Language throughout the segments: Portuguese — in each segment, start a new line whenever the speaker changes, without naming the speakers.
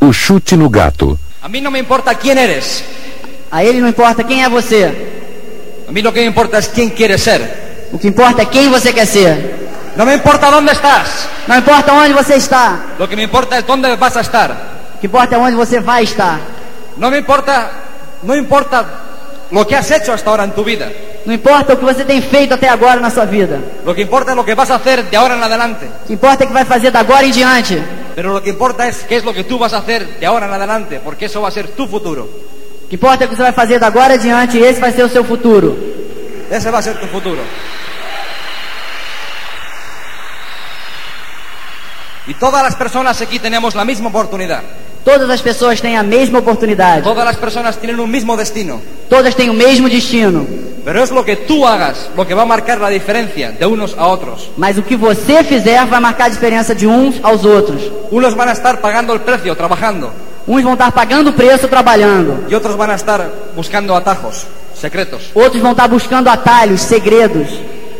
O chute no gato.
A mí no me importa quién eres.
A ele não importa quem é você.
A mí lo que me importa es quién quieres ser.
O que importa é quem você quer ser.
No me importa dónde estás.
Não importa onde você está.
Lo que me importa es dónde vas a estar.
O que importa é onde você vai estar.
No me importa, no importa lo que has hecho hasta ahora en tu vida.
Não importa o que você tem feito até agora na sua vida.
Lo que importa es lo que vas a hacer de ahora en adelante.
O que importa é o que vai fazer da agora em diante.
Pero lo que importa es qué es lo que tú vas a hacer de ahora en adelante, porque eso va a ser tu futuro.
O que importa é o que você vai fazer da agora em diante e esse vai ser o seu futuro.
Ese va a ser tu futuro. Y todas las personas aquí tenemos la misma oportunidad.
Todas as pessoas têm a mesma oportunidade.
Todas las personas tienen un mismo destino.
Todas têm o mesmo destino.
Pero es lo que tú hagas lo que va a marcar la diferencia de unos a otros.
Mas o que você fizer vai marcar a diferença de uns aos outros.
Unos van a estar pagando el precio trabajando
Uns vão estar pagando o preço trabalhando.
y otros van a estar buscando atajos, secretos.
Outros vão estar buscando atalhos, segredos.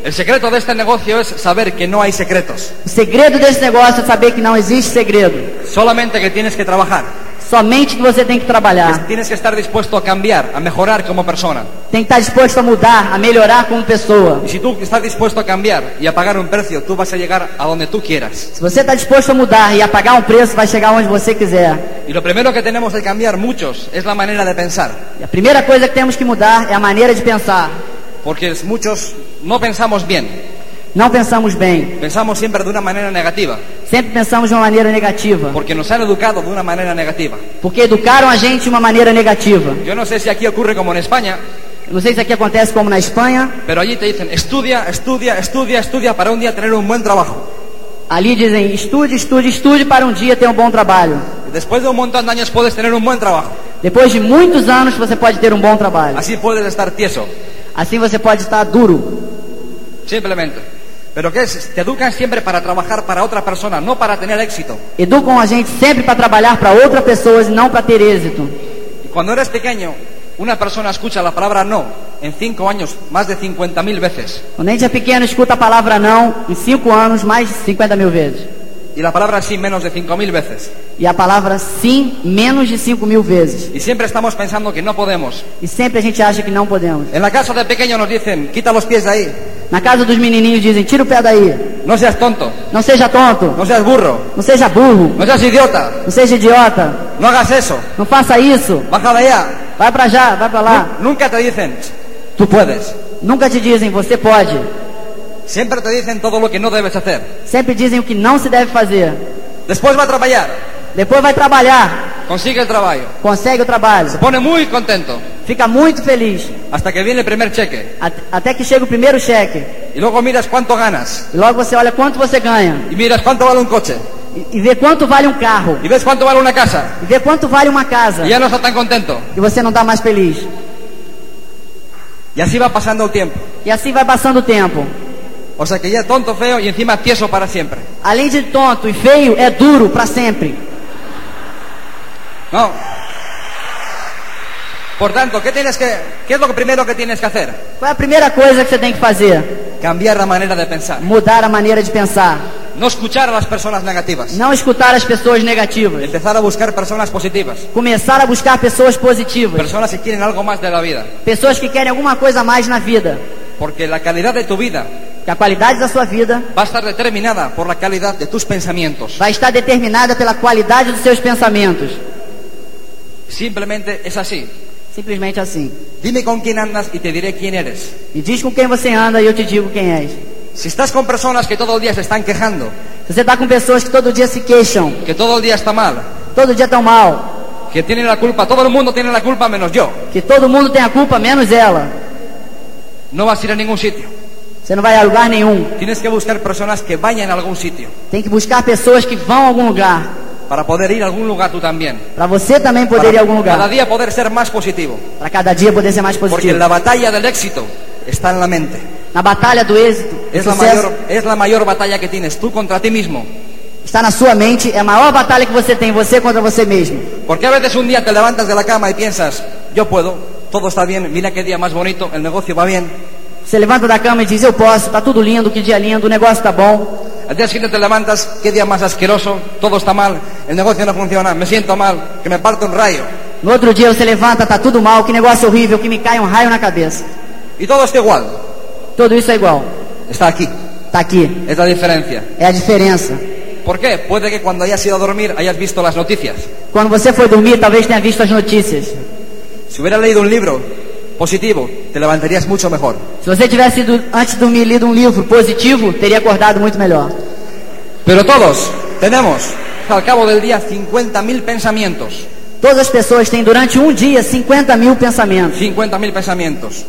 El secreto de este negocio es saber que no hay secretos,
O segredo desse negócio é saber que não existe segredo.
solamente que tienes que trabajar.
Somente que você tem que trabalhar.
Tienes que estar dispuesto a cambiar, a mejorar como persona.
Tem que estar disposto a mudar, a melhorar como pessoa.
Y si tú estás dispuesto a cambiar y a pagar un precio, tú vas a llegar a donde tú quieras.
Se você está disposto a mudar e a pagar um preço, vai chegar onde você quiser.
Y lo primero que tenemos que cambiar muchos es la manera de pensar,
E a primeira coisa que temos que mudar é a maneira de pensar.
porque muchos no pensamos bien,
Não pensamos bem.
pensamos siempre de una manera negativa,
Sempre pensamos de uma maneira negativa.
porque nos han educado de una manera negativa.
Porque educaram a gente de uma maneira negativa.
Yo no sé si aquí ocurre como en España,
Eu Não sei se aqui acontece como na Espanha.
pero allí te dicen estudia, estudia, estudia, estudia para un día tener un buen trabajo.
Ali dizem estude, estude, estude para um dia ter um bom trabalho.
Después de un montón de años puedes tener un buen trabajo.
Depois de muitos anos você pode ter um bom trabalho.
Así puedes estar tieso,
Assim você pode estar duro.
simplemente. Pero ¿qué es? Te educan siempre para trabajar para otra persona, no para tener éxito.
Educam a gente sempre para trabalhar para outra pessoa e não para ter êxito.
Y Cuando eres pequeño, una persona escucha la palabra no en cinco años más de 50.000 veces.
Quando a gente é pequeno, escuta a palavra não em cinco anos mais de 50 mil vezes.
Y la palabra sí menos de 5.000 veces.
E a palavra sim menos de 5 mil vezes.
Y siempre estamos pensando que no podemos.
E sempre a gente acha que não podemos.
En la casa de pequeño nos dicen, quita los pies de ahí,
Na casa dos menininhos dizem: tira o pé daí.
no seas tonto,
Não seja tonto.
no seas burro,
Não seja burro.
no seas idiota,
Não seja idiota.
no hagas eso,
Não faça isso.
baja de allá.
Vai pra já, vai pra lá.
Nu- Nunca te dicen, tú puedes.
Nunca te dizem, você pode.
Siempre te dicen todo lo que no debes hacer.
Sempre dizem o que não se deve fazer.
Después va a trabajar,
Depois vai trabalhar,
consigue el trabajo,
consegue o trabalho,
se pone muy contento
fica muito feliz,
hasta que viene el primer cheque.
at- até que chega o primeiro cheque.
Y luego miras cuánto ganas,
E logo você olha quanto você ganha,
y miras cuánto vale un coche,
e, e vê quanto vale um carro,
y ves cuánto vale una casa.
e vê quanto vale uma casa,
y ya no está tan contento.
e você não tá mais feliz.
Y así va pasando el tiempo.
E assim vai passando o tempo.
O sea que ya tonto, feo y encima tieso para siempre.
Além de tonto e feio, é duro pra sempre.
No. Por tanto, ¿qué tienes que, qué es lo que primero que tienes que hacer?
Qual é a primeira coisa que você tem que fazer?
Cambiar la manera de pensar.
Mudar a maneira de pensar.
No escuchar a las personas negativas.
Não escutar as pessoas negativas.
Empezar a buscar personas positivas.
Começar a buscar pessoas positivas.
Personas que quieren algo más de la vida.
Pessoas que querem alguma coisa a mais na vida.
Porque la calidad de tu vida
Que a qualidade da sua vida
va a estar determinada por la calidad de tus pensamientos.
vai estar determinada pela qualidade dos seus pensamentos.
Simplemente es así.
Simplesmente assim.
Dime con quién andas y te diré quién eres.
Me diz com quem você anda e eu te digo quem és.
Si estás con personas que todo el día se están quejando,
Se você está com pessoas que todo dia se queixam,
que todo el día está mal,
todo dia tão mal,
que tiene la culpa, todo el mundo tiene la culpa menos yo.
que todo mundo tem a culpa menos ela,
No vas a ir a ningún sitio.
você não vai a lugar nenhum.
Tienes que buscar personas que vayan a algún sitio
Tem que buscar pessoas que vão a algum lugar.
para poder ir a algún lugar tú también.
Para você também poder ir a algum
Cada
lugar.
día poder ser más positivo,
Para cada dia poder ser mais
porque
positivo.
la batalla del éxito está en la mente.
Na batalha do êxito, o
Es la,
sucesso
mayor, es la mayor batalla que tienes tú contra ti mismo.
está na sua mente. É a maior batalha que você tem, você contra você mesmo.
Porque a veces un día te levantas de la cama y piensas, yo puedo, todo está bien, mira qué día más bonito, el negocio va bien.
Você levanta da cama e diz: Eu posso, tá tudo lindo, que dia lindo, o negócio tá bom.
Al día siguiente te levantas, qué día más asqueroso, todo está mal, el negocio no funciona, me siento mal, que me parto un rayo.
No outro dia você levanta, tá tudo mal, que negócio horrível, que me cai um raio na cabeça.
Y todo está igual.
Tudo isso é igual.
Está aquí.
Tá aqui.
Es la diferencia.
É a diferença.
¿Por qué? Puede que cuando hayas ido a dormir hayas visto las noticias.
Quando você foi dormir, talvez tenha visto as notícias.
Si hubieras leído un libro positivo, te levantarías mucho mejor.
Se você tivesse ido, antes de dormir lido um livro positivo, teria acordado muito melhor.
Pero todos tenemos al cabo del día 50.000 pensamientos.
Todas as pessoas têm durante um dia 50 mil pensamentos.
50.000 pensamientos.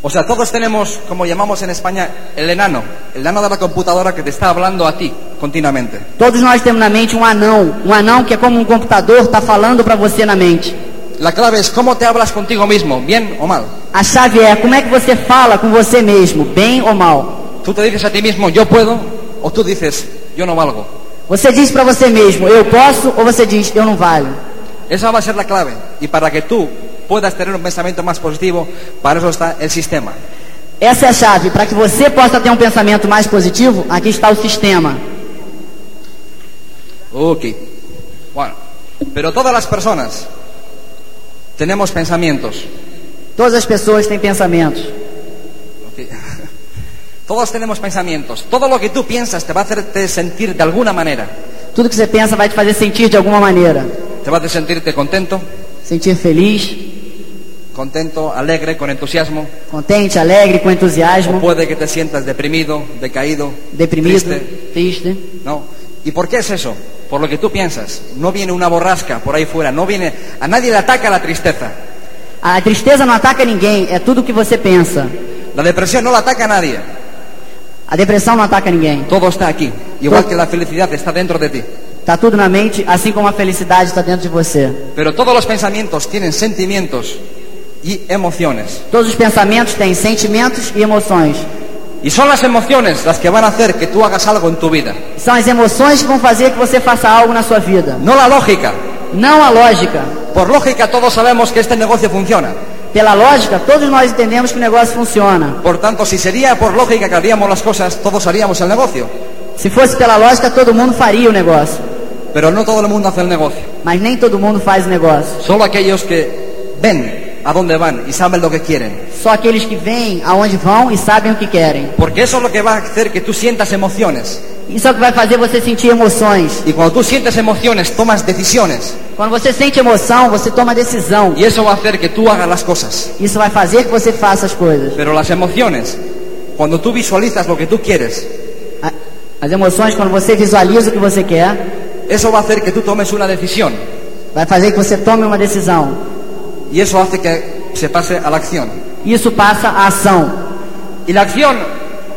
O sea, todos tenemos, como llamamos en España, el enano. El enano de la computadora que te está hablando a ti continuamente.
Todos nós temos na mente um anão, um anão que é como um computador, tá falando para você na mente.
La clave es cómo te hablas contigo mismo, bien o mal.
A chave é como é que você fala com você mesmo, bem ou mal.
Tú te dices a ti mismo, yo puedo, o tú dices, yo no valgo.
Você diz para você mesmo, eu posso, ou você diz, eu não valho.
Esa va a ser la clave. Y para que tú puedas tener un pensamiento más positivo, para eso está el sistema.
Essa é a chave. Para que você possa ter um pensamento mais positivo, aqui está o sistema.
Ok. Bueno, pero todas las personas tenemos pensamientos.
Todas as pessoas têm pensamentos.
Ok. Todos tenemos pensamientos. Todo lo que tú piensas te va a hacerte sentir de alguna manera.
Tudo que você pensa vai te fazer sentir de alguma maneira.
Te va a hacer sentirte contento,
Sentir feliz,
contento, alegre, con entusiasmo.
contente, alegre, com
O
entusiasmo,
puede que te sientas deprimido, decaído,
deprimido,
triste,
triste.
¿no? ¿Y por qué es eso? Por lo que tú piensas. No viene una borrasca por ahí fuera, no viene a nadie le ataca la tristeza.
A tristeza não ataca ninguém, é tudo o que você pensa.
La depresión no la ataca a nadie.
A depressão não ataca ninguém.
Todo está aquí, igual que la felicidad está dentro de ti.
Tá tudo na mente, assim como a felicidade está dentro de você.
Pero todos los pensamientos tienen sentimientos y emociones.
Todos os pensamentos têm sentimentos e emoções.
Y son las emociones las que van a hacer que tú hagas algo en tu vida.
São as emoções que vão fazer que você faça algo na sua vida.
No la lógica.
Não a lógica.
Por lógica todos sabemos que este negocio funciona.
Pela lógica, todos nós entendemos que o negócio funciona.
Por tanto, si sería por lógica que haríamos las cosas, todos haríamos el negocio.
Se fosse pela lógica, todo mundo faria o negócio.
Pero no todo el mundo hace el negocio.
Mas nem todo mundo faz o negócio.
Solo aquellos que ven a dónde van y saben lo que quieren.
Só aqueles que vêm aonde vão e sabem o que querem.
Porque eso es lo que va a hacer que tú sientas emociones.
Isso é o que vai fazer você sentir emoções.
Y cuando tú sientes emociones, tomas decisiones.
Quando você sente emoção, você toma decisão.
Y eso va a hacer que tú hagas las cosas.
Isso vai fazer que você faça as coisas.
Pero las emociones, cuando tú visualizas lo que tú quieres,
A- As emoções, quando você visualiza o que você quer,
eso va a hacer que tú tomes una decisión.
vai fazer que você tome uma decisão.
Y eso hace que se pase a la acción.
Isso passa a ação.
Y la acción,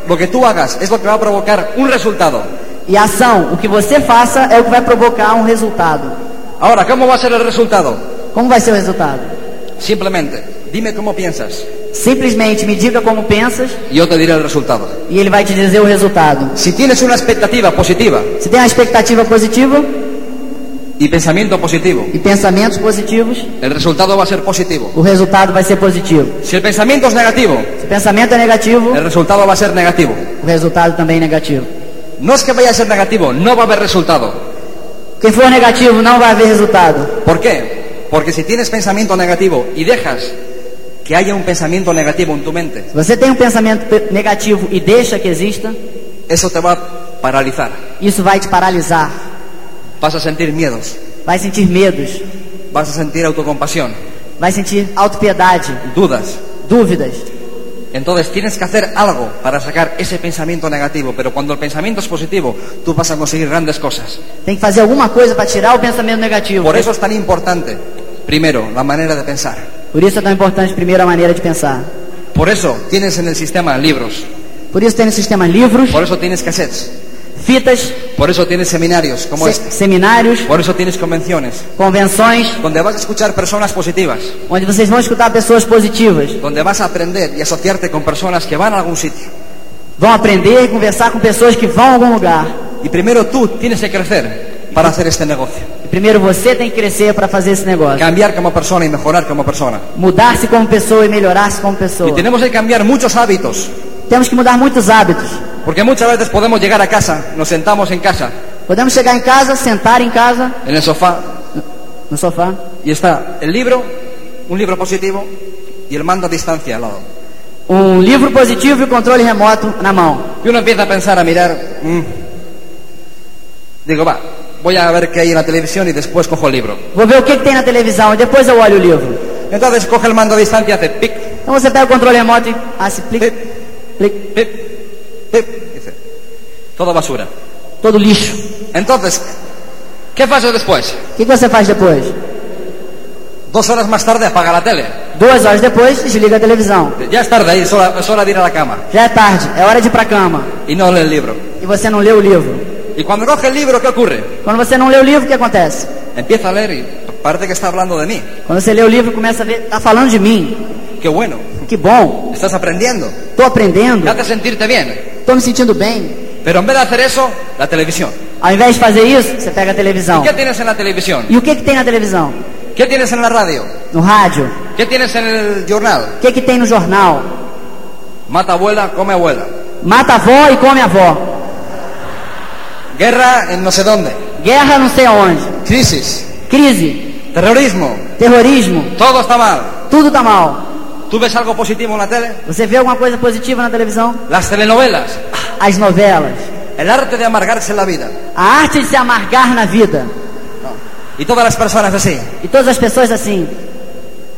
lo que tú hagas, es lo que va a provocar un resultado.
E a ação, o que você faça, é o que vai provocar um resultado.
Ahora, ¿cómo va a ser el resultado?
Como vai ser o resultado?
Simplemente, dime cómo piensas
Simplesmente me diga como pensas
y yo te diré el resultado.
e ele vai te dizer o resultado.
Si tienes una expectativa positiva
Se tem uma expectativa positiva
y pensamiento positivo,
e pensamentos positivos,
el resultado va a ser positivo.
o resultado vai ser positivo.
Si el pensamiento es negativo,
Se o pensamento é negativo,
el resultado va a ser negativo.
o resultado também é negativo.
No es que vaya a ser negativo, no va a haber resultado.
Quem for negativo não vai haver resultado.
¿Por qué? Porque si tienes pensamiento negativo y dejas que haya un pensamiento negativo en tu mente,
Se você tem um pensamento pe- negativo e deixa que exista,
eso te va a paralizar.
isso vai te paralisar.
Vas a sentir miedos,
Vai sentir medos,
vas a sentir autocompasión,
vai sentir autopiedade,
dudas.
dúvidas.
Entonces tienes que hacer algo para sacar ese pensamiento negativo, pero cuando el pensamiento es positivo, tú vas a conseguir grandes cosas.
Tem que fazer alguma coisa para tirar o pensamento negativo.
Por eso es tan importante, primero, la manera de pensar.
Por isso é tão importante primeiro a maneira de pensar.
Por eso tienes en el sistema libros,
Por isso tem no sistema livros,
por eso tienes cassettes,
fitas,
por eso tienes seminarios como
se-
este,
seminários,
por eso tienes convenciones,
convenções,
donde vas a escuchar personas positivas,
onde vocês vão escutar pessoas positivas.
donde vas a aprender y asociarte con personas que van a algún sitio.
Vão aprender e conversar com pessoas que vão a algum lugar.
Y primero tú tienes que crecer para hacer este negocio,
E primeiro você tem que crescer para fazer esse negócio.
cambiar como persona y mejorar como persona.
Mudar-se como pessoa e melhorar-se como pessoa.
Y tenemos que cambiar muchos hábitos.
Temos que mudar muitos hábitos.
Porque muchas veces podemos llegar a casa, nos sentamos en casa
Podemos chegar em casa, sentar em casa,
en el sofá
no sofá.
y está el libro, un libro positivo y el mando a distancia al lado.
Um livro positivo e controle remoto na mão.
Y uno empieza a pensar, a mirar. mm. Digo, va, voy a ver qué hay en la televisión y después cojo el libro.
Vou ver o que, que tem na televisão e depois eu olho o livro.
Entonces coge el mando a distancia, hace pic,
Então você pega o controle remoto e. Ah, se plica,
pic,
plica,
pic, pic. Dice, todo basura.
todo lixo.
Entonces, ¿qué pasa después?
O que, que você faz depois?
Dos horas más tarde apaga la tele.
Duas horas depois, desliga a televisão.
Ya es tarde, es hora, es hora de ir a la cama.
Já é tarde, é hora de ir pra cama.
Y no lee el libro.
E você não lê o livro.
Y cuando coge el libro, ¿qué ocurre?
Quando você não lê o livro, o que acontece?
Empieza a leer y parece que está hablando de mí.
Quando você lê o livro, começa a ver, tá falando de mim.
Qué bueno.
Que bom,
Estás aprendiendo.
tô aprendendo,
Te hace sentirte bien.
tô me sentindo bem.
Pero en vez de hacer eso, la televisión.
Ao invés de fazer isso, você pega a televisão.
¿Qué tienes en la televisión?
E o que, que tem na televisão?
¿Qué tienes en la radio?
No rádio?
¿Qué tienes en el jornal?
O que, que tem no jornal?
Mata abuela, come abuela.
Mata a avó e come a avó.
Guerra en no sé dónde.
Guerra não sei aonde.
Crisis.
Crise,
Terrorismo.
terrorismo,
Todo está mal.
tudo tá mal.
¿Tú ves algo positivo en la tele?
Você vê alguma coisa positiva na televisão?
Las telenovelas.
As novelas.
El arte de amargarse la vida.
A arte de se amargar na vida.
Y todas las personas así.
E todas as pessoas assim.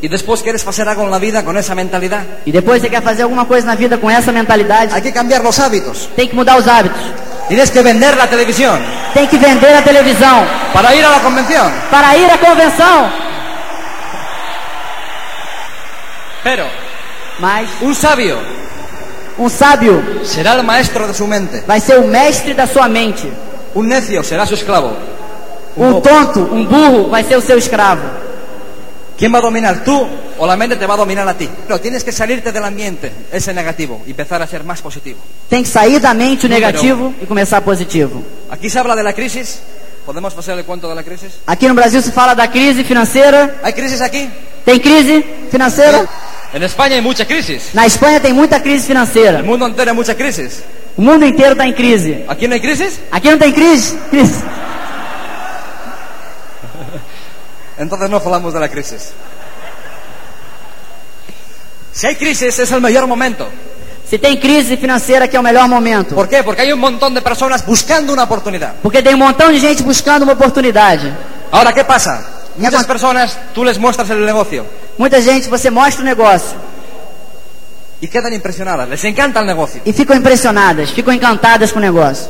Y después quieres hacer algo en la vida con esa mentalidad.
E depois você quer fazer alguma coisa na vida com essa mentalidade?
Hay que cambiar los hábitos.
Tem que mudar os hábitos.
Tienes que vender la televisión
Tem que vender a televisão
para ir a la convención.
para ir à convenção.
Pero
Mas
un sabio
um sábio
será el maestro de su mente.
vai ser o mestre da sua mente.
Un necio será su esclavo. Un
Um
bobo.
tonto, um burro vai ser o seu escravo.
¿Quién va a dominar? ¿Tú o la mente te va a dominar a ti? Pero tienes que salirte del ambiente, ese negativo, y empezar a ser más positivo.
Tem que sair da mente o
Número
negativo e começar positivo.
Aquí se habla de la crisis. ¿Podemos pasar el cuento de la crisis?
Aqui no Brasil se fala da crise financeira.
¿Hay crisis aquí?
Tem crise financeira?
En España hay mucha crisis.
Na Espanha tem muita crise
El
financeira.
mundo entero hay mucha crisis.
O mundo inteiro está em crise.
¿Aquí no hay crisis?
Aqui não tem crise? Crise.
Entonces no hablamos de la crisis. Si hay crisis es el mejor momento.
Se tem crise financeira, que é o melhor momento.
¿Por qué? Porque hay un montón de personas buscando una oportunidad.
Porque tem um montão de gente buscando uma oportunidade.
Ahora, ¿qué pasa?
Ya
Muchas
con-
personas tú les muestras el negocio
Muita gente, você mostra o negócio
y quedan impresionadas. Les encanta el negocio.
e ficam impressionadas, ficam encantadas com o negócio.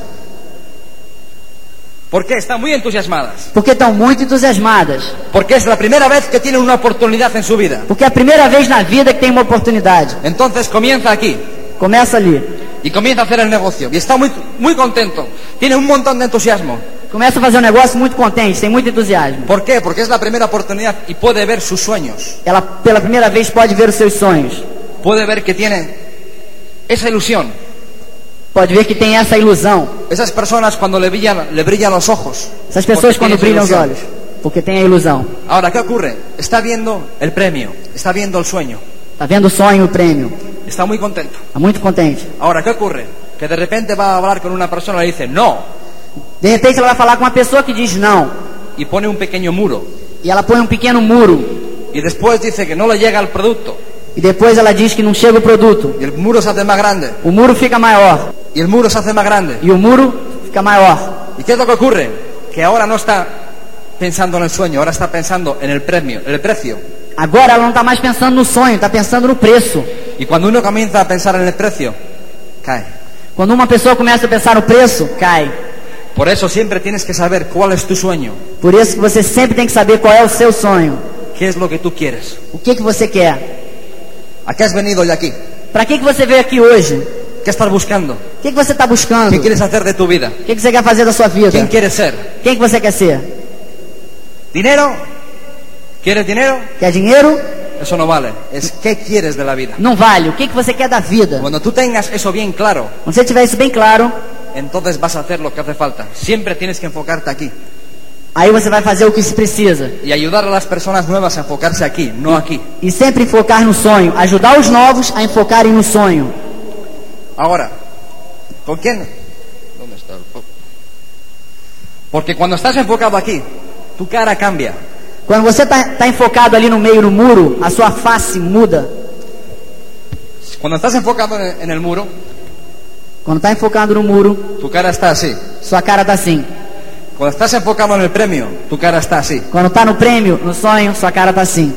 ¿Por qué? Están muy entusiasmadas.
Porque estão muito entusiasmadas.
Porque es la primera vez que tienen una oportunidad en su vida.
Porque é a primeira vez na vida que tem uma oportunidade.
Entonces comienza aquí
Começa ali.
y comienza a hacer el negocio. Y está muy, muy contento. Tiene un montón de entusiasmo.
Começa a fazer um negócio muito contente, tem muito entusiasmo.
¿Por qué? Porque es la primera oportunidad y puede ver sus sueños.
Ela pela primeira vez pode ver os seus sonhos.
puede ver que tiene esa ilusión.
Pode ver que tem essa ilusão.
Esas personas cuando le brillan, le brillan los ojos.
Essas
Porque
pessoas quando
tiene
brilham
esa
os
ilusión.
olhos, porque tem a ilusão.
Ahora, ¿qué ocurre? Está viendo el premio, está viendo el sueño,
Tá vendo o sonho, o prêmio.
está muy contento.
Tá muito contente.
Ahora, ¿qué ocurre? Que de repente va a hablar con una persona y le dice no
De repente ela vai falar com uma pessoa que diz não.
y pone un pequeño muro
E ela põe um pequeno muro.
y después dice que no le llega el producto
E depois ela diz que não chega o produto.
y el muro se hace más grande
O muro fica maior.
y el muro se hace más grande.
E o muro fica maior.
¿Y qué es lo que ocurre? Que ahora no está pensando en el sueño, ahora está pensando en el premio, en el precio.
Agora ela não tá mais pensando no sonho, tá pensando no preço.
Y cuando uno comienza a pensar en el precio, cae.
Quando uma pessoa começa a pensar no preço, cai.
Por eso siempre tienes que saber cuál es tu sueño,
Por isso que você sempre tem que saber qual é o seu sonho.
qué es lo que tú quieres.
O que que você quer?
¿A qué has venido hoy aquí?
Pra que que você veio aqui hoje?
¿Qué estás buscando?
O que, que você está buscando?
¿Qué
O que,
quieres hacer de tu vida?
que você quer fazer da sua vida?
¿Quién quieres ser?
Quem que você quer ser?
¿Dinero? ¿Quieres dinero?
Quer dinheiro?
Eso no vale. Es qué quieres de la vida.
Não vale. O que, que você quer da vida?
Cuando tú tengas eso bien claro,
Quando você tiver isso bem claro,
entonces vas a hacer lo que hace falta. Siempre tienes que enfocarte aquí
aí você vai fazer o que se precisa.
y ayudar a las personas nuevas a enfocarse aquí, no aquí.
E sempre focar no sonho. Ajudar os novos a enfocarem no sonho.
Ahora, ¿con quién? ¿Dónde está el pop? Porque cuando estás enfocado aquí, tu cara cambia.
Quando você está enfocado ali no meio, no muro, a sua face muda.
Cuando estás enfocado en en el muro,
Quando está enfocado no muro,
tu cara está así.
sua cara está assim.
Cuando estás enfocado en el premio, tu cara está así.
Quando está no prêmio, no sonho, sua cara está assim.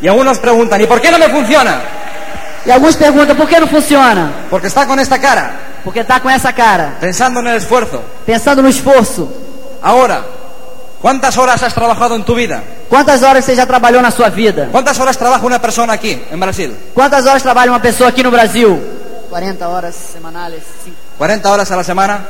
Y algunos preguntan, ¿y por qué no me funciona?
E alguns perguntam por que não funciona?
Porque está con esta cara,
Porque está com essa cara,
pensando en el esfuerzo.
pensando no esforço.
Ahora, ¿cuántas horas has trabajado en tu vida?
Quantas horas você já trabalhou na sua vida?
¿Cuántas horas trabaja una persona aquí, en Brasil?
Quantas horas trabalha uma pessoa aqui no Brasil? 40 horas semanais,
40 horas a la semana.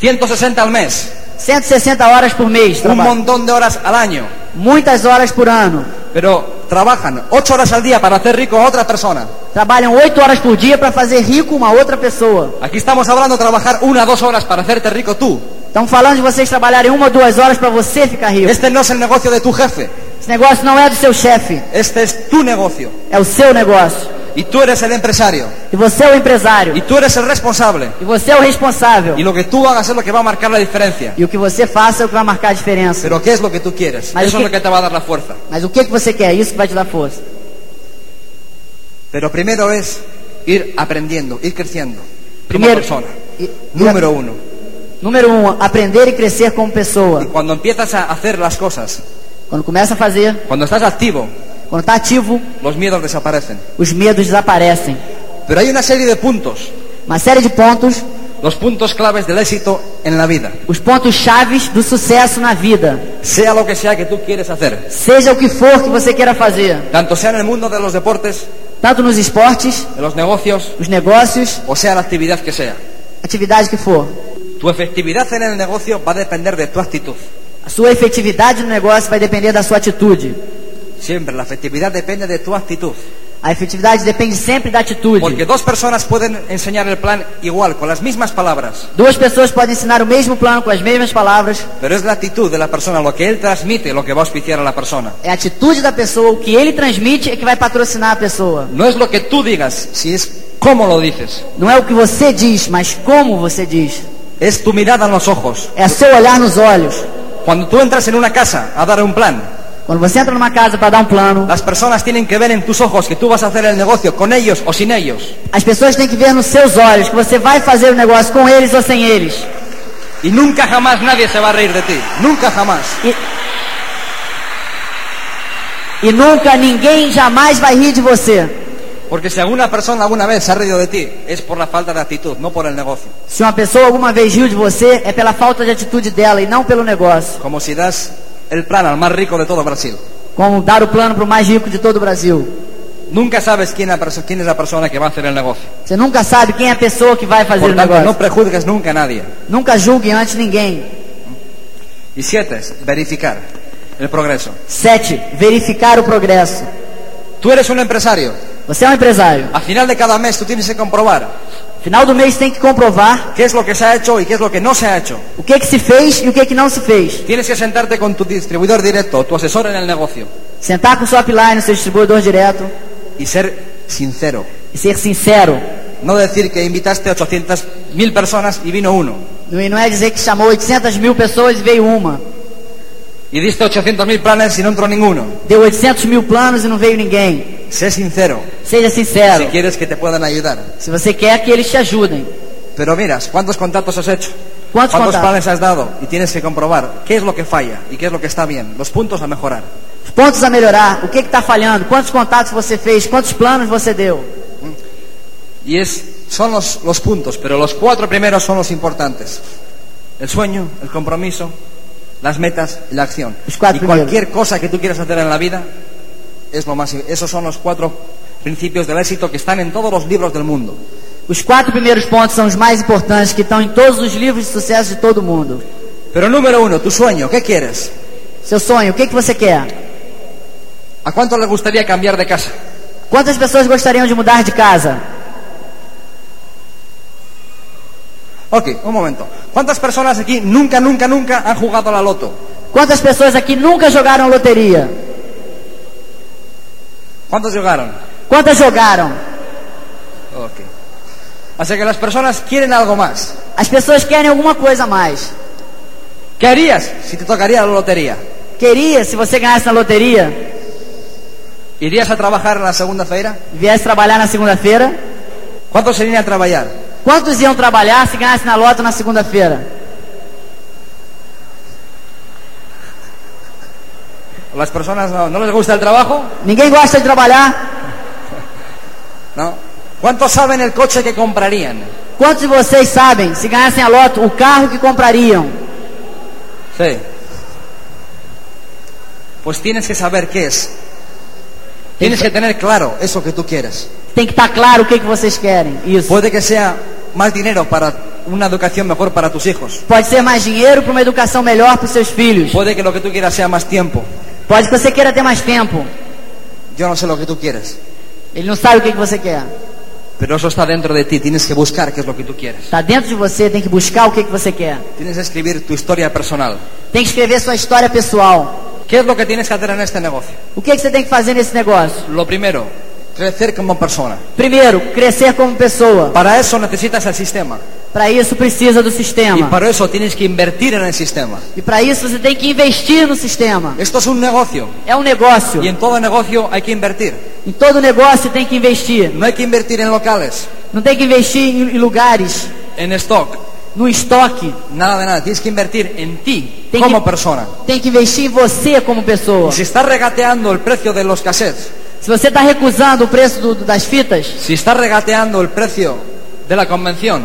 160 al mes.
160 horas por mês.
Un
Trabalho.
montón de horas al año.
Muitas horas por ano.
Pero trabajan 8 horas al día para hacer rico a otra persona.
Trabalham 8 horas por dia para fazer rico uma outra pessoa.
Aquí estamos hablando de trabajar una dos horas para hacerte rico tú.
Estão falando de vocês trabalharem uma ou duas horas para você ficar rico.
Este no es el negocio de tu jefe.
Esse negócio não é do seu chefe,
Este es tu negocio.
é o seu negócio.
Y tú eres el empresario.
E você é o empresário.
Y tú eres el responsable.
E você é o responsável.
Y lo que tú hagas es lo que va a marcar la diferencia.
E o que você faça é o que vai marcar a diferença.
Pero ¿qué es lo que tú quieres?
Ay,
Eso es
¿qué?
lo que te va a dar la fuerza.
Mas o que, que você quer? Isso que vai te dar força.
Pero primero es ir aprendiendo, ir creciendo. Como
Primeiro,
persona.
e-
Número um. uno.
número um, aprender e crescer como
Y
pessoa.
cuando empiezas a hacer las cosas,
Quando começa a fazer,
cuando estás activo,
quando está ativo,
los miedos desaparecen.
os medos desaparecem.
Pero hay una serie de puntos,
Uma série de pontos,
los puntos claves del éxito en la vida.
os pontos chaves do sucesso na vida.
Sea lo que sea que tú quieres hacer,
Seja o que for que você queira fazer,
tanto sea en el mundo de los deportes,
tanto nos esportes,
de los negocios,
nos negócios,
o sea la actividad que sea.
atividade que for.
Tu efectividad en el negocio va a depender de tu actitud.
A sua efetividade no negócio vai depender da sua atitude.
Siempre, la efectividad depende de tu actitud.
A efetividade depende sempre da
Porque
atitude.
dos personas pueden enseñar el plan igual, con las mismas palabras,
Duas pessoas podem ensinar o mesmo plano com as mesmas palavras,
pero es la actitud de la persona, lo que él transmite, lo que va a auspiciar a la persona.
É a atitude da pessoa, o que ele transmite é que vai patrocinar a pessoa.
No es lo que tú digas, si es cómo lo dices.
Não é o que você diz, mas como você diz.
Es tu mirada en los ojos.
É seu olhar nos olhos.
Cuando tú entras en una casa a dar un plan,
Quando você entra numa casa para dar um plano,
las personas tienen que ver en tus ojos que tú vas a hacer el negocio con ellos o sin ellos.
as pessoas têm que ver nos seus olhos que você vai fazer o negócio com eles ou sem eles.
Y nunca jamás nadie se va a reír de ti. Nunca jamás.
E nunca ninguém jamais vai rir de você.
Porque si alguna persona alguna vez se ha reído de ti, es por la falta de actitud, no por el negocio.
Se uma pessoa alguma vez riu de você, é pela falta de atitude dela e não pelo negócio.
Como si das el plan al más rico de todo Brasil.
Como dar o plano para o mais rico de todo o Brasil.
Nunca sabes quién, la perso- quién es la persona que va a hacer el negocio.
Você nunca sabe quem é a pessoa que vai fazer
Por
o
tanto, no
negócio.
prejuzgues nunca a nadie.
Nunca julgue antes ninguém.
Y siete es verificar el progreso.
7. Verificar o progresso.
Tú eres un empresario.
Você é um empresário.
Al final de cada mes tú tienes que comprobar
Final do mês tem que comprovar
qué es lo que se ha hecho y qué es lo que no se ha hecho.
o que, que se fez e o que, que não se fez.
Tienes que sentarte con tu distribuidor directo, o tu asesor en el negocio
Sentar com o seu upline, seu distribuidor direto
y ser sincero.
e ser sincero.
No decir que invitaste a 800.000 personas y vino uno.
E não é dizer que chamou 800 mil pessoas e veio uma.
Y diste 800.000 planes y no entró ninguno.
Deu 800 mil planos e não veio ninguém.
Sé sincero
Seja sincero.
si quieres que te puedan ayudar.
Se você quer que eles te ajudem.
Pero miras, ¿cuántos contactos has hecho?
¿Cuántos contactos?
planes has dado? Y tienes que comprobar qué es lo que falla y qué es lo que está bien, los puntos a mejorar.
Os pontos a melhorar. O que está falhando? Quantos contatos você fez? Quantos planos você deu?
Y es, son los, los puntos, pero los cuatro primeros son los importantes. El sueño, el compromiso, las metas y la acción.
Los
y
cuatro primeros.
cualquier cosa que tú quieras hacer en la vida es lo más esos son los cuatro principios del éxito que están en todos los libros del mundo.
Os quatro primeiros pontos são os mais importantes que estão em todos os livros de sucesso de todo mundo.
Pero número uno, tu sueño, ¿qué quieres?
Seu sonho, o que, que você quer?
¿A cuánto le gustaría cambiar de casa?
Quantas pessoas gostariam de mudar de casa?
Ok, un momento. ¿Cuántas personas aquí nunca, nunca, nunca han jugado a la loto?
Quantas pessoas aqui nunca jogaram loteria?
¿Cuántos llegaron?
Quantas jogaram?
Ok. Así que las personas quieren algo más.
As pessoas querem alguma coisa a mais.
¿Qué harías si te tocaría la lotería?
Queria, se você ganhasse na loteria,
¿Irías a trabajar en la segunda feira?
viesse trabalhar na segunda-feira,
¿Cuántos irían a trabajar?
quantos iam trabalhar se ganhasse na loto na segunda-feira?
¿Las personas no, no les gusta el trabajo?
Ninguém gosta de trabalhar?
¿No? ¿Cuántos saben el coche que comprarían?
Quantos de vocês sabem, se ganhassem a loto, o carro que comprariam?
Sí. Pues tienes que saber qué es. Tienes que tener claro eso que tú quieres.
Tem que estar claro o que, que vocês querem. Isso.
Puede que sea más dinero para una educación mejor para tus hijos.
Pode ser mais dinheiro para uma educação melhor para os seus filhos.
Puede que lo que tú quieras sea más tiempo.
Pode que você queira ter mais tempo.
Yo no sé lo que tú quieres,
Ele não sabe o que, que você quer.
pero eso está dentro de ti. Tienes que buscar qué es lo que tú quieres.
Está Tá dentro de você, tem que buscar o que, que você quer.
Tienes que escribir tu historia personal.
Tem que escrever sua história pessoal.
¿Qué es lo que tienes que hacer en este negocio?
O que, que você tem que fazer nesse negócio?
Lo primero, crecer como persona.
Primeiro, crescer como pessoa.
Para eso necesitas el sistema.
Para isso precisa do
Y
sistema.
para eso tienes que invertir en el sistema.
E para isso você tem que investir no sistema.
Esto es un negocio.
É um negócio.
Y en todo negocio hay que invertir.
Em todo negócio tem que investir.
No hay que invertir en locales,
Não tem que investir em em lugares,
en stock,
no estoque.
nada de nada. Tienes que invertir en ti
Thank
como
you.
persona.
Tem que investir em você como pessoa.
Si estás regateando el precio de los cassettes,
Se você está recusando o preço do- do- das fitas,
si estás regateando el precio de la convención,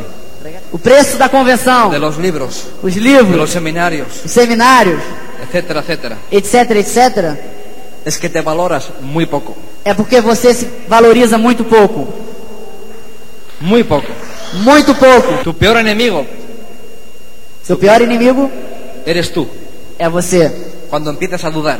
o preço da convenção,
de los libros,
os
de los
livros,
seminarios,
os seminários,
etcétera, etcétera,
etc, etc,
es que te valoras muy poco,
é porque você se valoriza muito pouco.
muy poco.
Muito pouco.
Tu peor enemigo
Seu pior inimigo
eres tú
é você.
cuando empiezas a dudar.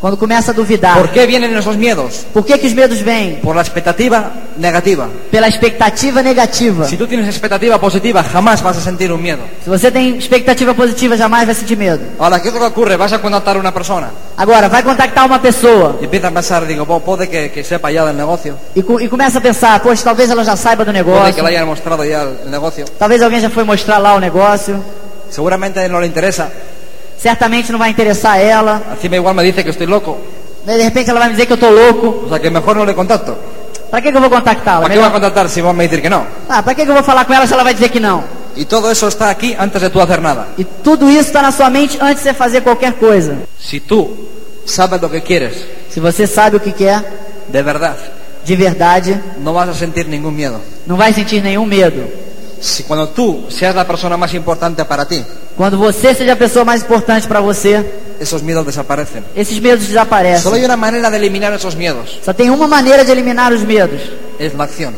Quando começa a duvidar.
¿Por qué vienen esos miedos?
Por que, que os medos vêm?
Por la expectativa negativa.
Pela expectativa negativa.
Si tú tienes expectativa positiva, jamás vas a sentir un miedo.
Se você tem expectativa positiva, jamais vai sentir medo.
Ahora, ¿qué es lo que ocurre? Vas a contratar a una persona
Agora, vai contactar uma pessoa
y empieza a pensar, digo, "Bueno, puede que, que sepa ya del negocio,
e, co- e começa a pensar, poxa, talvez ela já saiba do
puede que
negócio.
le hayan mostrado ya el negocio,
Talvez alguém já foi mostrar lá o negócio.
seguramente no le interesa,
Certamente não vai interessar ela.
encima igual me dice que estoy loco,
Daí, de repente ela vai me dizer que eu tô louco.
o sea que mejor no le contacto.
Pra que, que eu vou contactá-la?
¿Para qué va a
Melhor...
contactar si vos me decir que no?
Ah, pra que, que eu vou falar com ela se ela vai dizer que não?
Y todo eso está aquí antes de tú hacer nada.
E tudo isso está na sua mente antes de você fazer qualquer coisa.
Si tú sabes lo que quieres,
Se você sabe o que quer,
de verdad,
de verdade,
no vas a sentir ningún miedo.
não vai sentir nenhum medo.
Si cuando tú seas la persona más importante para ti,
Quando você seja a pessoa mais importante pra você,
esos miedos desaparecen.
esses medos
Solo
desaparecem.
hay una manera de eliminar esos miedos,
Só tem uma maneira de eliminar os medos:
es la acción.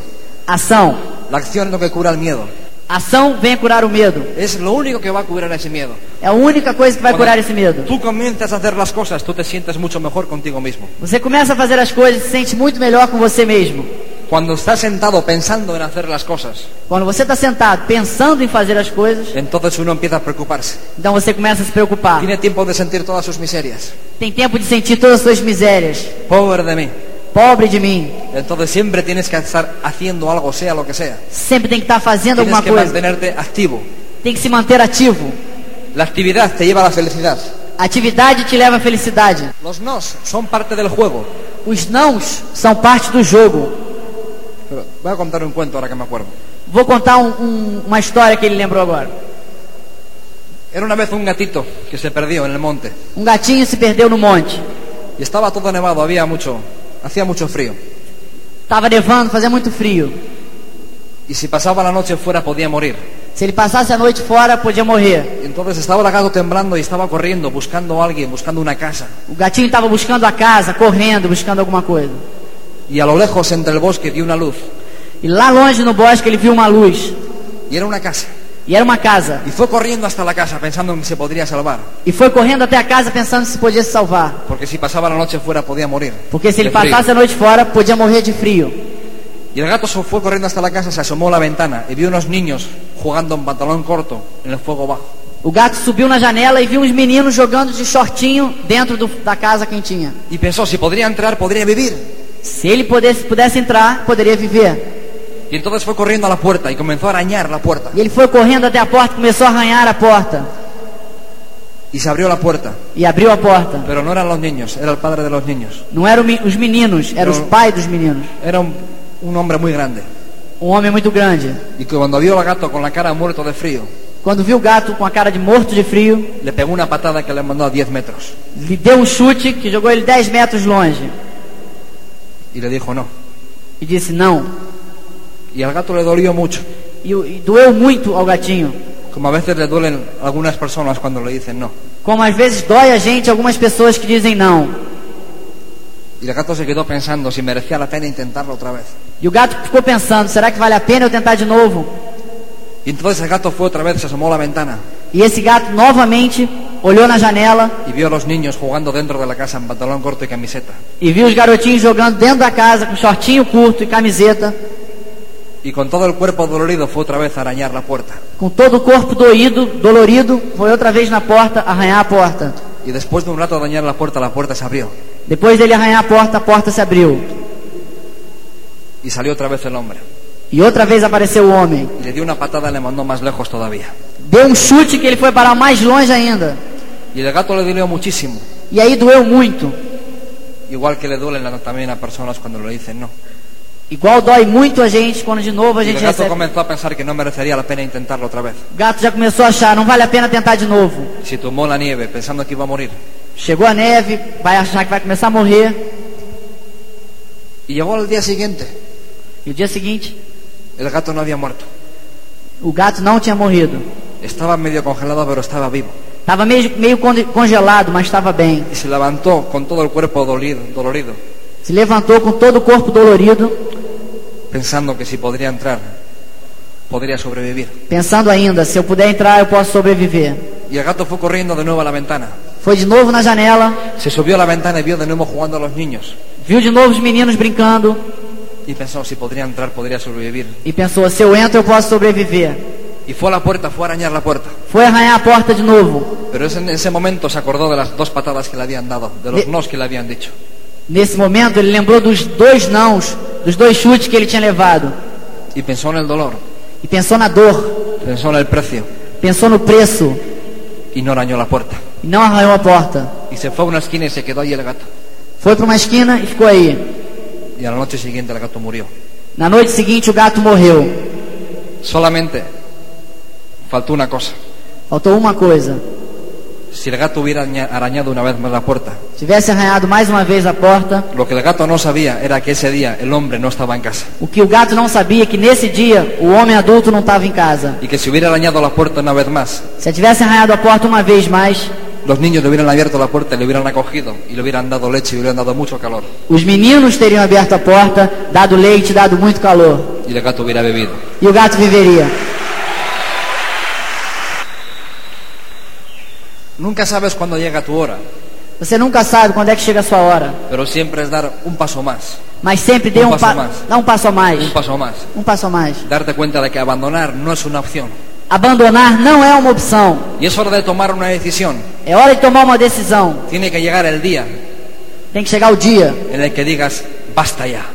ação.
La acción es lo que cura el miedo.
Ação vem curar o medo.
Es lo único que va a curar ese miedo.
É a única coisa que vai curar esse medo.
Tú comienzas a hacer las cosas, tú te sientes mucho mejor contigo mismo.
Você começa a fazer as coisas e se sente muito melhor com você mesmo.
Cuando estás sentado pensando en hacer las cosas,
Quando você está sentado pensando em fazer as coisas,
entonces uno empieza a preocuparse.
então você começa a se preocupar.
Tiene tiempo de sentir todas sus miserias.
Tem tempo de sentir todas as suas misérias.
Pobre de mí.
Pobre de mim.
Entonces siempre tienes que estar haciendo algo, sea lo que sea.
Sempre tem que estar fazendo
Tienes
alguma
que
coisa.
mantenerte activo.
Tem que se manter ativo.
La actividad te lleva a la felicidad.
Atividade te leva à felicidade.
Los nos son parte del juego.
Os nãos são parte do jogo.
Pero voy a contar un cuento ahora que me acuerdo.
Vou contar um- um- uma história que ele lembrou agora.
Era una vez un gatito que se perdió en el monte.
Um gatinho se perdeu no monte.
Y estaba todo nevado, había mucho, hacía mucho frío.
Tava nevando, fazia muito frio.
Y si pasaba la noche fuera podía morir.
Se ele passasse a noite fora, podia morrer.
Y entonces estaba el gato temblando y estaba corriendo, buscando a alguien, buscando una casa.
O gatinho estava buscando a casa, correndo, buscando alguma coisa.
Y a lo lejos, entre el bosque, vio una luz.
E lá longe no bosque ele viu uma luz.
Y era una casa.
E era uma casa.
Y fue corriendo hasta la casa pensando en que se podría salvar.
E foi correndo até a casa pensando se podia se salvar.
Porque si pasaba la noche fuera podía morir.
Porque se ele
de frío.
passasse a noite fora, podia morrer de frio.
Y el gato se fue corriendo hasta la casa, se asomó a la ventana y vio unos niños jugando en pantalón corto en el fuego bajo.
O gato subiu na janela e viu uns meninos jogando de shortinho dentro do- da casa quentinha.
Y pensó, si podría entrar, podría vivir.
Se ele pudesse, pudesse entrar, poderia viver.
Y entonces fue corriendo a la puerta y comenzó a arañar la puerta.
E ele foi correndo até a porta, começou a arranhar a porta.
Y se abrió la puerta,
e abriu a porta.
pero no eran los niños, era el padre de los niños.
Não eram mi- os meninos, eram os
Não.
pais dos meninos.
Era un, un hombre muy grande.
Um homem muito grande.
Y que cuando vio al gato con la cara muerto de frío,
Quando viu o gato com a cara de morto de frio,
le pegó una patada que le mandó a 10 metros.
lhe deu um chute que jogou ele 10 metros longe.
Y le dijo no.
E disse não.
Y al gato le dolió mucho,
E, o- e doeu muito ao gatinho.
como a veces le duelen a algunas personas cuando le dicen no.
Como às vezes dói a gente algumas pessoas que dizem não.
Y el gato se quedó pensando si merecía la pena intentarlo otra vez.
E o gato ficou pensando, será que vale a pena eu tentar de novo?
Y entonces el gato fue otra vez, se asomó a la ventana
E esse gato novamente olhou na janela
y vio a los niños jugando dentro de la casa en pantalón corto y camiseta.
e viu os garotinhos jogando dentro da casa com shortinho curto e camiseta,
Y con todo el cuerpo dolorido fue otra vez a arañar la puerta.
com todo o corpo doído, dolorido, foi outra vez na porta arranhar a porta.
Y después de un rato de arañar la puerta, la puerta se abrió
Depois dele arranhar a porta, a porta se abriu.
y salió otra vez el hombre.
E outra vez apareceu o homem.
Y le dio una patada y le mandó más lejos todavía.
Deu um chute que ele foi parar mais longe ainda.
Y el gato le dolió muchísimo,
E aí doeu muito.
igual que le duelen a- también a personas cuando le dicen no.
Igual dói muito a gente quando de novo a
Y el
gente
gato
recebe.
comenzó a pensar que no merecería la pena intentarlo otra vez.
O gato já começou a achar, não vale a pena tentar de novo.
Se tomó la nieve pensando que iba a morir.
Chegou a neve, vai achar que vai começar a morrer.
Y llegó al día siguiente.
E o dia seguinte,
El gato no había muerto.
o gato não tinha morrido.
Estaba medio congelado, pero estaba vivo.
Estava meio, meio conde- congelado, mas estava bem.
Y se levantó con todo el cuerpo dolido, dolorido,
Se levantou com todo o corpo dolorido,
pensando que si podría entrar, podría sobrevivir.
pensando ainda, se eu puder entrar eu posso sobreviver.
Y el gato fue corriendo de nuevo a la ventana.
Foi de novo na janela,
Se subió a la ventana y vio de nuevo jugando a los niños.
viu de novo os meninos brincando
Y pensó, si podría entrar, podría sobrevivir.
e pensou, se eu entro eu posso sobreviver.
Y fue a la puerta, fue a arañar la puerta.
Foi arranhar a porta de novo.
Pero es- en ese momento se acordó de las dos patadas que le habían dado, de los
De-
nos que le habían dicho.
Nesse momento ele lembrou dos dois nãos, dos dois chutes que ele tinha levado.
Y pensó en el dolor,
E pensou na dor,
pensó en el precio.
pensou no preço
Y no arañó la puerta.
e não arranhou a porta.
Y se fue a una esquina y se quedó ahí el gato.
Foi para uma esquina e ficou aí.
Y a la noche siguiente el gato murió.
Na noite seguinte o gato morreu.
Solamente faltó una cosa.
Faltou uma coisa.
Si el gato hubiera aña- arañado una vez más la puerta,
Tivesse arranhado mais uma vez a porta,
lo que el gato no sabía era que ese día el hombre no estaba en casa
O que o gato não sabia é que nesse dia o homem adulto não estava em casa.
y que si hubiera arañado la puerta una vez más,
Se tivesse arranhado a porta uma vez mais,
los niños le hubieran abierto la puerta, le hubieran acogido y le hubieran dado leche y le hubieran dado mucho calor
os meninos teriam aberto a porta, dado leite, dado muito calor.
y el gato hubiera bebido.
E o gato viveria.
Nunca sabes cuándo llega tu hora,
Você nunca sabe quando é que chega a sua hora.
pero siempre es dar un paso más,
Mas sempre dê
Um
um,
passo
pa-
a mais.
dá um passo a mais.
un paso más.
Um passo a mais.
Darte cuenta de que abandonar no es una opción
Abandonar não é uma opção.
y es hora de tomar una decisión.
É hora de tomar uma decisão.
Tiene que llegar el día
Tem que chegar o dia
en el que digas basta ya.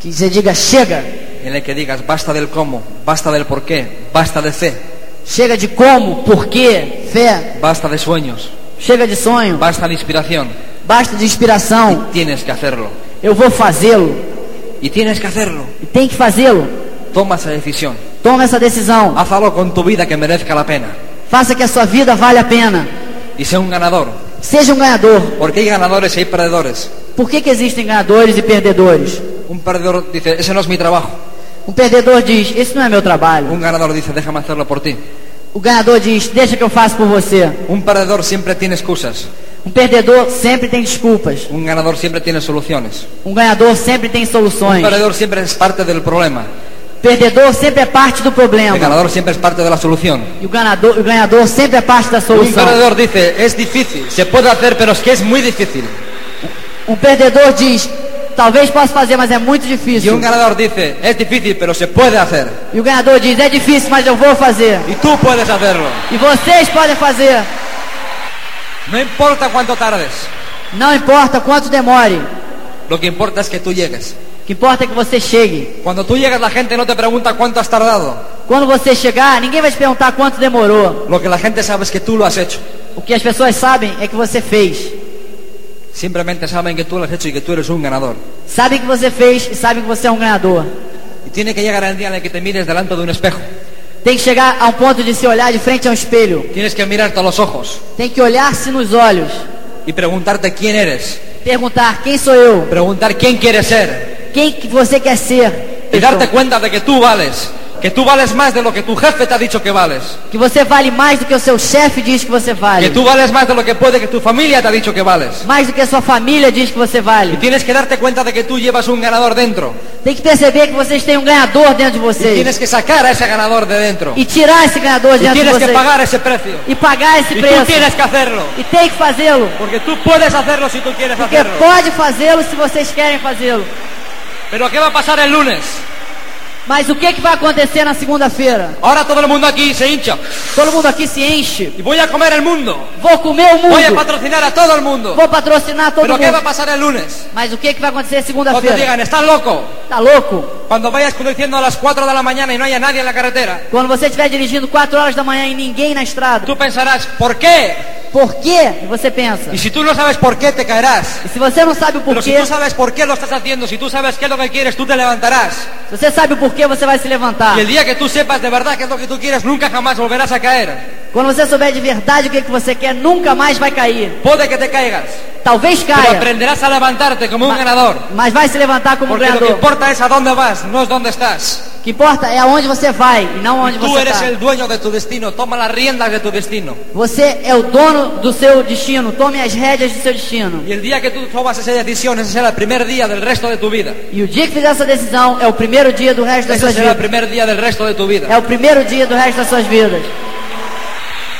que você diga chega.
en el que digas basta del cómo, basta del por qué, basta de fe,
Chega de como, porquê, fé.
basta de sueños,
Chega de sonho.
basta de inspiración.
Basta de inspiração.
Tienes que hacerlo.
Eu vou fazê-lo.
Y tienes que hacerlo.
E tem que fazê-lo.
Toma esa decisión.
Toma essa decisão.
Hazlo con tu vida que merezca la pena.
Faça que a sua vida vale a pena.
Y sé un ganador.
Seja um ganhador.
Porque hay ganadores y hay perdedores.
Por que, que existem ganhadores e perdedores?
Un perdedor dice, ese no es mi trabajo.
Um perdedor diz: Esse não é meu trabalho.
Un ganador dice, déjame hacerlo por ti.
O ganhador diz: Deixa que eu faço por você.
Un perdedor siempre tiene excusas.
Um perdedor sempre tem desculpas.
Un ganador siempre tiene soluciones.
Um ganhador sempre tem
Un
soluções.
perdedor siempre es parte del problema.
Perdedor sempre é parte do
El
problema.
ganador siempre es parte de la solución.
E o ganador, o ganhador sempre é parte da
Un
solução.
perdedor dice, es difícil, se puede hacer, pero es que es muy difícil.
Um perdedor diz: Talvez possa fazer, mas é muito
Y
difícil.
un ganador dice, es difícil, pero se puede hacer.
E o ganhador diz: É difícil, mas eu vou fazer.
Y tú puedes hacerlo.
E vocês podem fazer.
No importa cuánto tardes.
Não importa quanto demore.
Lo que importa es que tú llegues.
O que importa é que você chegue.
Cuando tú llegas la gente no te pregunta cuánto has tardado.
Quando você chegar, ninguém vai te perguntar quanto demorou.
Lo que la gente sabe es que tú lo has hecho.
O que as pessoas sabem é que você fez.
Simplemente saben que tú lo has hecho y que tú eres un ganador.
Sabem que você fez e sabem que você é um ganhador.
Y tiene que llegar el día en el que te mires delante de un espejo.
Tem que chegar a um ponto de se olhar de frente a um espelho.
Tienes que mirarte a los ojos
Tem que olhar-se nos olhos.
y preguntarte quién eres.
Perguntar quem sou eu?
Preguntar quién quieres ser.
Quem que você quer ser?
Y darte cuenta de que tú vales. Que tú vales más de lo que tu jefe te ha dicho que vales.
Que você vale mais do que o seu chefe diz que você vale.
Que tú vales más de lo que puede que tu familia te ha dicho que vales.
Mais do que a sua família diz que você
Y
vale.
tienes que darte cuenta de que tú llevas un ganador dentro.
Tem que perceber que vocês têm um ganhador dentro
Y
de vocês.
tienes que sacar a ese ganador de dentro.
E tirar esse ganhador
Y
dentro de
tienes que
vocês.
pagar ese precio.
E pagar esse
Y tú
preço.
tienes que hacerlo.
E tem que fazê-lo.
Porque tú puedes hacerlo si tú quieres
Porque
hacerlo.
pode fazê-lo se vocês querem fazê-lo.
Pero ¿qué va a pasar el lunes?
Mas o que, que vai acontecer na segunda-feira?
Ahora todo el mundo aquí se hincha.
Todo mundo aqui se enche.
Y voy a comer el mundo.
Vou comer o
Voy a
mundo.
patrocinar a todo el mundo.
Vou patrocinar todo
Pero ¿qué va a
mundo.
pasar el lunes?
Mas o que, que vai
Cuando
acontecer
te
segunda-feira?
digan, estás loco.
Tá louco?
Cuando vayas conduciendo a las 4 de la mañana y no haya nadie en la carretera,
Quando você estiver dirigindo 4 horas da manhã e ninguém na estrada,
tú pensarás, ¿por quê?
por quê? Você pensa.
Y si tú no sabes por qué, te caerás.
E se você não sabe o
Pero si
porquê,
tú sabes por qué lo estás haciendo, si tú sabes qué es lo que quieres, tú te levantarás.
se você sabe o porquê, você vai se levantar.
Y el día que tú sepas de verdad qué es lo que tú quieres, nunca jamás volverás a caer.
Quando você souber de verdade o que, que você quer, nunca mais vai cair.
Puede que te caigas,
Talvez
pero
caia,
aprenderás a levantarte como un
Ma-
ganador.
mas vai se levantar como um
Porque lo que
ganhador.
importa es a dónde vas, no es dónde estás.
O que importa é aonde você vai e não aonde
Tú
você tá.
eres
está.
el dueño de tu destino, toma las riendas de tu destino.
Você é o dono do seu destino. Tome as rédeas do seu destino.
Y el día que tú tomas esa decisión, ese será el primer día del resto de tu vida.
E o dia que fizer essa decisão é o primeiro dia do resto das
Ese
suas
será el
vidas.
primer día del resto de tu vida.
É o primeiro dia do resto das suas vidas.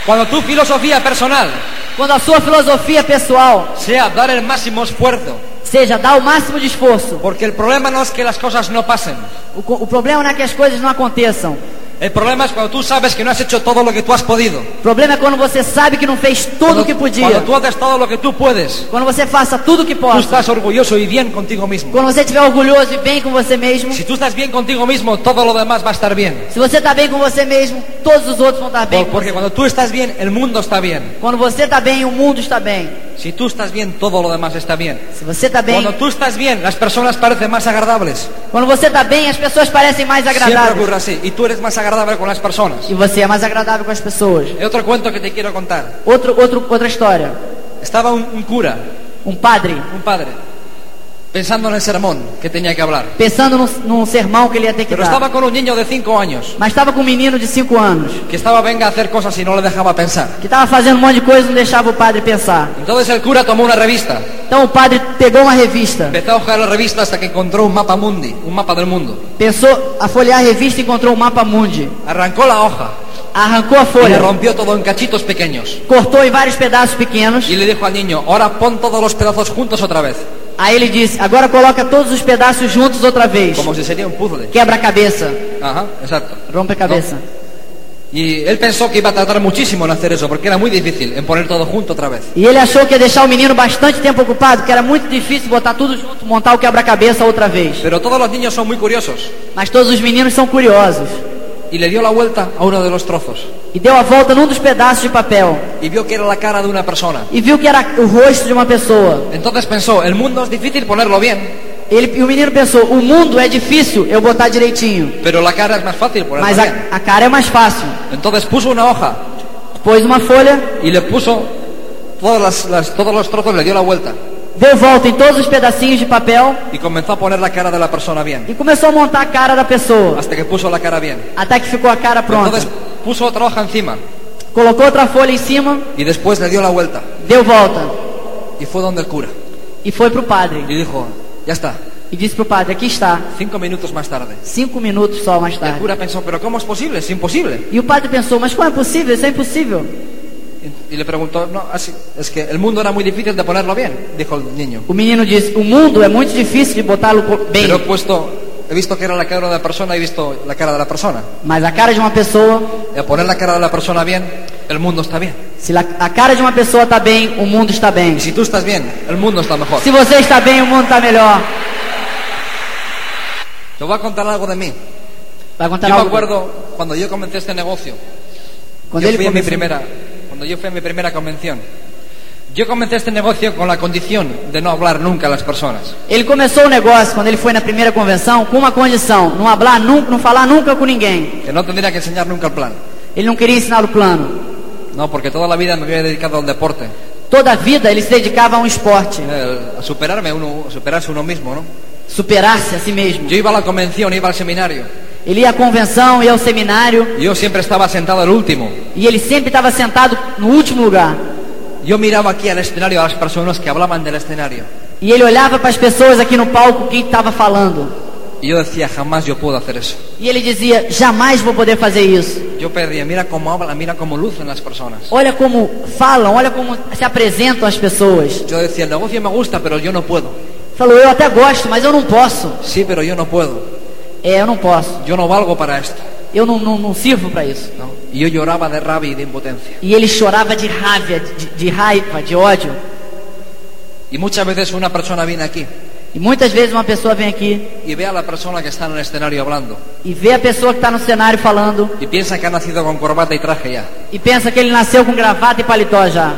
Cuando tu filosofía personal
Quando a sua filosofia pessoal
sea dar el máximo esfuerzo,
seja dar o máximo de esforço.
porque el problema no es que las cosas no pasen.
O, co- o problema não é que as coisas não aconteçam.
El problema es cuando tú sabes que no has hecho todo lo que tú has podido.
O problema é quando você sabe que não fez tudo
Cuando,
o que
cuando
podia.
tú haces todo lo que tú puedes,
Quando você faça tudo o que
tú
possa.
estás orgulloso y bien contigo mismo.
Quando você estiver orgulhoso e bem com você mesmo.
Si tú estás bien contigo mismo, todo lo demás va a estar bien.
Se você está bem com você mesmo, todos os outros vão estar bem.
Por- Porque cuando tú estás bien, el mundo está bien.
Quando você está bem, o mundo está bem.
Si tú estás bien, todo lo demás está bien.
Se você está bem,
Cuando tú estás bien, las personas parecen más agradables.
quando você está bem, as pessoas parecem mais
Siempre
agradáveis.
ocurre así. Y tú eres más agradable con las personas.
E você é mais agradável com as pessoas.
Hay otro cuento que te quiero contar.
Outro, outro, outra história.
Estaba un, un cura,
Um padre,
un padre, pensando en el sermón que tenía que hablar.
pensando num, num sermão que ele ia ter que
Pero
dar.
estaba con un niño de 5 años
Mas estava com um menino de 5 anos,
que estaba venga a hacer cosas y no le dejaba pensar.
que estava fazendo um monte de coisa e não deixava o padre pensar.
Entonces el cura tomó una revista,
Então o padre pegou uma revista,
empezó a hojear la revista hasta que encontró un mapa mundi, un mapa del mundo.
pensou a folhear a revista e encontrou um mapa mundi.
Arrancó la hoja
Arrancou a
y le
folha,
rompió todo en cachitos pequeños.
cortou em vários pedaços pequenos.
Y le dijo al niño, ahora pon todos los pedazos juntos otra vez,
Aí ele disse: Agora coloca todos os pedaços juntos outra vez.
como si sería un puzzle.
Quebra a cabeça,
Ajá, exacto.
rompe a cabeça.
Y él pensó que iba a tardar muchísimo en hacer eso, porque era muy difícil, en poner todo junto otra vez.
E ele achou que ia deixar o menino bastante tempo ocupado, que era muito difícil botar tudo junto, montar o quebra-cabeça outra vez.
Pero todos los niños son muy curiosos.
Mas todos os meninos são curiosos.
Y le dio la vuelta a uno de los trozos.
E deu a volta num dos pedaços de papel
Y vio que era la cara de una persona.
e viu que era o rosto de uma pessoa.
Entonces pensó, el mundo es difícil ponerlo bien,
Ele, e o menino pensou: O mundo é difícil eu botar direitinho,
pero la cara es más fácil ponerlo
mas
bien.
a, a cara é mais fácil.
Entonces puso una hoja
Pôs uma folha,
y le puso todas las- las- todos los trozos, le dio la vuelta.
deu volta em todos os pedacinhos de papel
Y comenzó a poner la cara de la persona bien,
e começou a montar a cara da pessoa.
hasta que puso la cara bien.
Até que ficou a cara pronta.
Entonces puso otra hoja encima
Colocou outra folha em cima,
y después le dio la vuelta
deu volta
y fue donde el cura
e foi pro padre.
y dijo, ya está,
E disse pro padre: Aqui está,
cinco minutos más tarde.
cinco minutos só mais
El
tarde.
cura pensó, pero ¿cómo es posible? Es imposible.
E o padre pensou: Mas como é possível? Isso é impossível.
Y, y le preguntó, no, así, es que el mundo era muy difícil de ponerlo bien, dijo el niño.
O menino disse: O mundo é muito difícil de botá-lo co- bem,
Pero he puesto, he visto que era la cara de la persona, he visto la cara de la persona.
mas a cara de uma pessoa,
Y al poner la cara de la persona bien, el mundo está bien.
se la- a cara de uma pessoa está bem, o mundo está bem.
Y si tú estás bien, el mundo está mejor.
Se você está bem, o mundo está melhor.
Te voy a contar algo de mí.
Vai contar
Yo me
algo.
acuerdo cuando yo comencé este negocio,
Quando
yo
ele
fui a mi
começou-
primera, cuando cuando yo fui a mi primera convención. Yo comencé este negocio con la condición de no hablar nunca a las personas.
Ele começou o negócio quando ele foi na primeira convenção com uma condição: não hablar nunca, não falar nunca com ninguém.
Que no tendría que enseñar nunca el plan.
Ele não queria ensinar o plano.
No, porque toda la vida me había dedicado al deporte.
Toda a vida ele se dedicava a um esporte,
eh, A superarme uno, a superarse uno mismo, ¿no?
superar-se a si mesmo.
Yo iba a la convención, iba al seminario.
Ele ia à convenção, ia ao seminário
Yo siempre estaba sentado al último.
e ele sempre estava sentado no último lugar.
Yo miraba aquí al escenario a las personas que hablaban del escenario.
E ele olhava para as pessoas aqui no palco quem estava falando.
Y yo decía, jamás yo puedo hacer eso.
E ele dizia: jamais vou poder fazer isso.
Yo perdía, mira cómo hablan, mira cómo lucen las personas.
Olha como falam, olha como se apresentam as pessoas.
Yo decía, el negocio me gusta, pero yo no puedo.
Falou: eu até gosto, mas eu não posso.
Sí, pero yo no puedo.
É, eu não posso.
Yo no valgo para esto.
Eu não, não, não sirvo para isso.
¿no? Y yo lloraba de rabia y de impotencia.
E ele chorava de raiva, de, de raiva, de ódio.
Y muchas veces una persona viene aquí
E muitas vezes uma pessoa vem aqui
y ve a la persona que está en el escenario hablando
e vê a pessoa que está no cenário falando
y piensa que ha nacido con corbata y traje ya.
e pensa que ele nasceu com gravata e paletó já.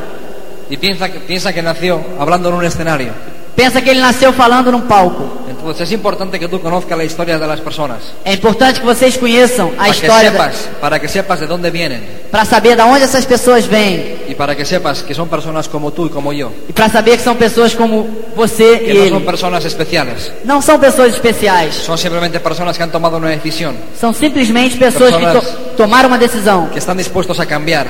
Y piensa que, piensa que nació hablando en un escenario.
Pensa que ele nasceu falando num palco.
Entonces es importante que tú conozcas la historia de las personas.
É importante que vocês conheçam a
Para que,
história
sepas, para que sepas de dónde vienen
para saber de onde essas pessoas vêm
y para que sepas que son personas como tú y como yo,
e para saber que são pessoas como você e
que no
ele.
son personas especiales,
Não são pessoas especiais.
son simplemente personas que han tomado una decisión,
São simplesmente pessoas que
Personas.
to- tomaram uma decisão,
que están dispuestos a cambiar,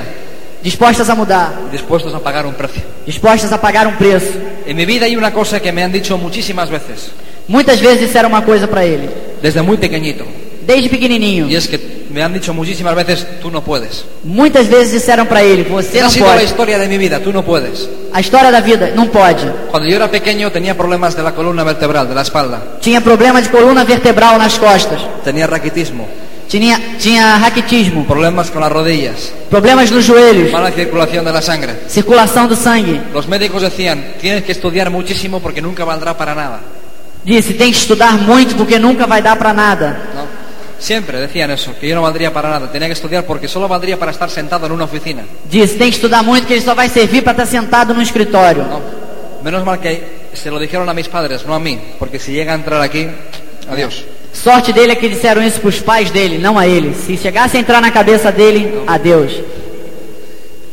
dispostas a mudar,
dispuestos a pagar un precio.
dispostas a pagar um preço.
En mi vida hay una cosa que me han dicho muchísimas veces,
Muitas vezes disseram uma coisa para ele,
desde muy pequeñito,
desde pequenininho.
y es que me han dicho muchísimas veces, tú no puedes.
Muitas vezes disseram para ele,
Esa
você
ha
não
sido la
pode.
historia de mi vida, tú no puedes.
A história da vida, não pode.
Cuando yo era pequeño tenía problemas de la columna vertebral, de la espalda,
Tinha problema de coluna vertebral nas costas,
tenía raquitismo,
tinha, tinha raquitismo,
problemas con las rodillas,
problemas nos joelhos,
mala circulación de la sangre.
circulação do sangue.
Los médicos decían, tienes que estudiar muchísimo porque nunca valdrá para nada.
Disse, tem que estudar muito porque nunca vai dar para nada.
¿no? Siempre decían eso, que yo no valdría para nada, tenía que estudiar porque solo valdría para estar sentado en una oficina.
Disse, tem que estudar muito que ele só vai servir para estar sentado no escritório.
¿no? Menos mal que se lo dijeron a mis padres, no a mí, porque si llega a entrar aquí, adiós.
Sorte dele é que disseram isso para os pais dele, não a ele. Se chegasse a entrar na cabeça dele, adeus.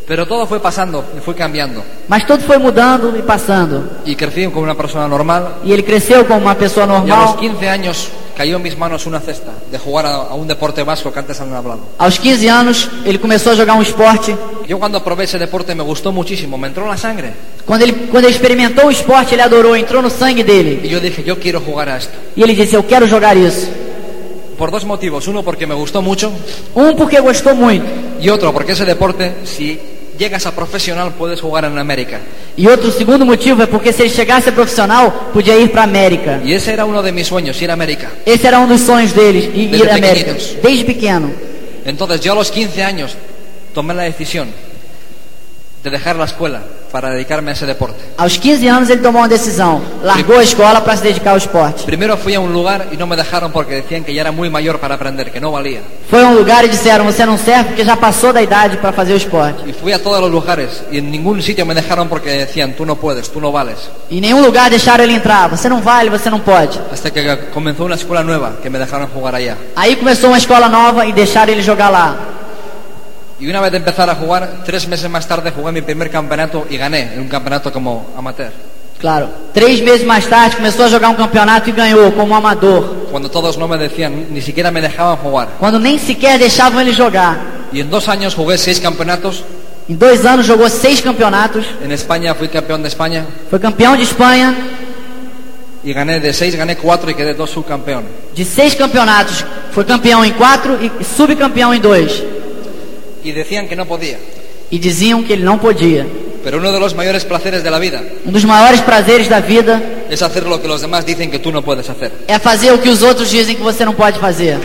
Pero todo fue pasando y fui cambiando.
Mas tudo foi mudando e passando.
Y crecí como una persona normal.
E ele cresceu como uma pessoa
Y a los
normal.
15 años cayó en mis manos una cesta de jugar a, a un deporte vasco que antes han hablado.
Aos 15 anos, ele começou a jogar um esporte.
Yo cuando probé ese deporte me gustó muchísimo, me entró la sangre.
Quando ele, quando ele experimentou o esporte, ele adorou, entrou no sangue dele.
Y yo dije, yo quiero jugar a esto.
E ele disse: Eu quero jogar isso.
Por dos motivos. Uno, porque me gustó mucho.
Um, porque gostou muito.
Y otro, porque ese deporte, si llegas a profesional, puedes jugar en América.
E outro segundo motivo é porque se ele chegasse a profissional, podia ir para América.
Y ese era uno de mis sueños, ir a América.
Esse era um dos sonhos deles, ir
Desde
à América.
pequeninos.
Desde pequeno.
Entonces yo a los 15 años tomé la decisión de dejar la escuela para dedicarme a ese deporte.
Aos 15 anos ele tomou uma decisão. Largou a escola para se dedicar ao esporte.
Primero fui a un lugar y no me dejaron porque decían que ya era muy mayor para aprender, que no valía.
Foi a um lugar e disseram: Você não serve porque já passou da idade para fazer o esporte.
Y fui a todos los lugares y en ningún sitio me dejaron porque decían, tú no puedes, tú no vales.
Em nenhum lugar deixaram ele entrar. Você não vale, você não pode.
Hasta que comenzó una escuela nueva que me dejaron jugar allá.
Aí começou uma escola nova e deixaram ele jogar lá.
Y una vez de empezar a jugar, tres meses más tarde jugué mi primer campeonato y gané en un campeonato como amateur.
Claro. Três meses mais tarde começou a jogar um campeonato e ganhou como amador.
Cuando todos no me decían, ni siquiera me dejaban jugar.
Quando nem sequer deixavam ele jogar.
Y en dos años jugué seis campeonatos.
Em dois anos jogou seis campeonatos.
En España fui campeón de España
Foi campeão de Espanha.
y gané de seis, gané cuatro y quedé dos subcampeón.
De seis campeonatos, foi campeão em quatro e subcampeão em dois.
Y decían que no podía.
E diziam que ele não podia.
Pero uno de los mayores placeres de la vida
Um dos maiores prazeres da vida
es hacer lo que los demás dicen que tú no puedes hacer.
é fazer o que os outros dizem que você não pode fazer.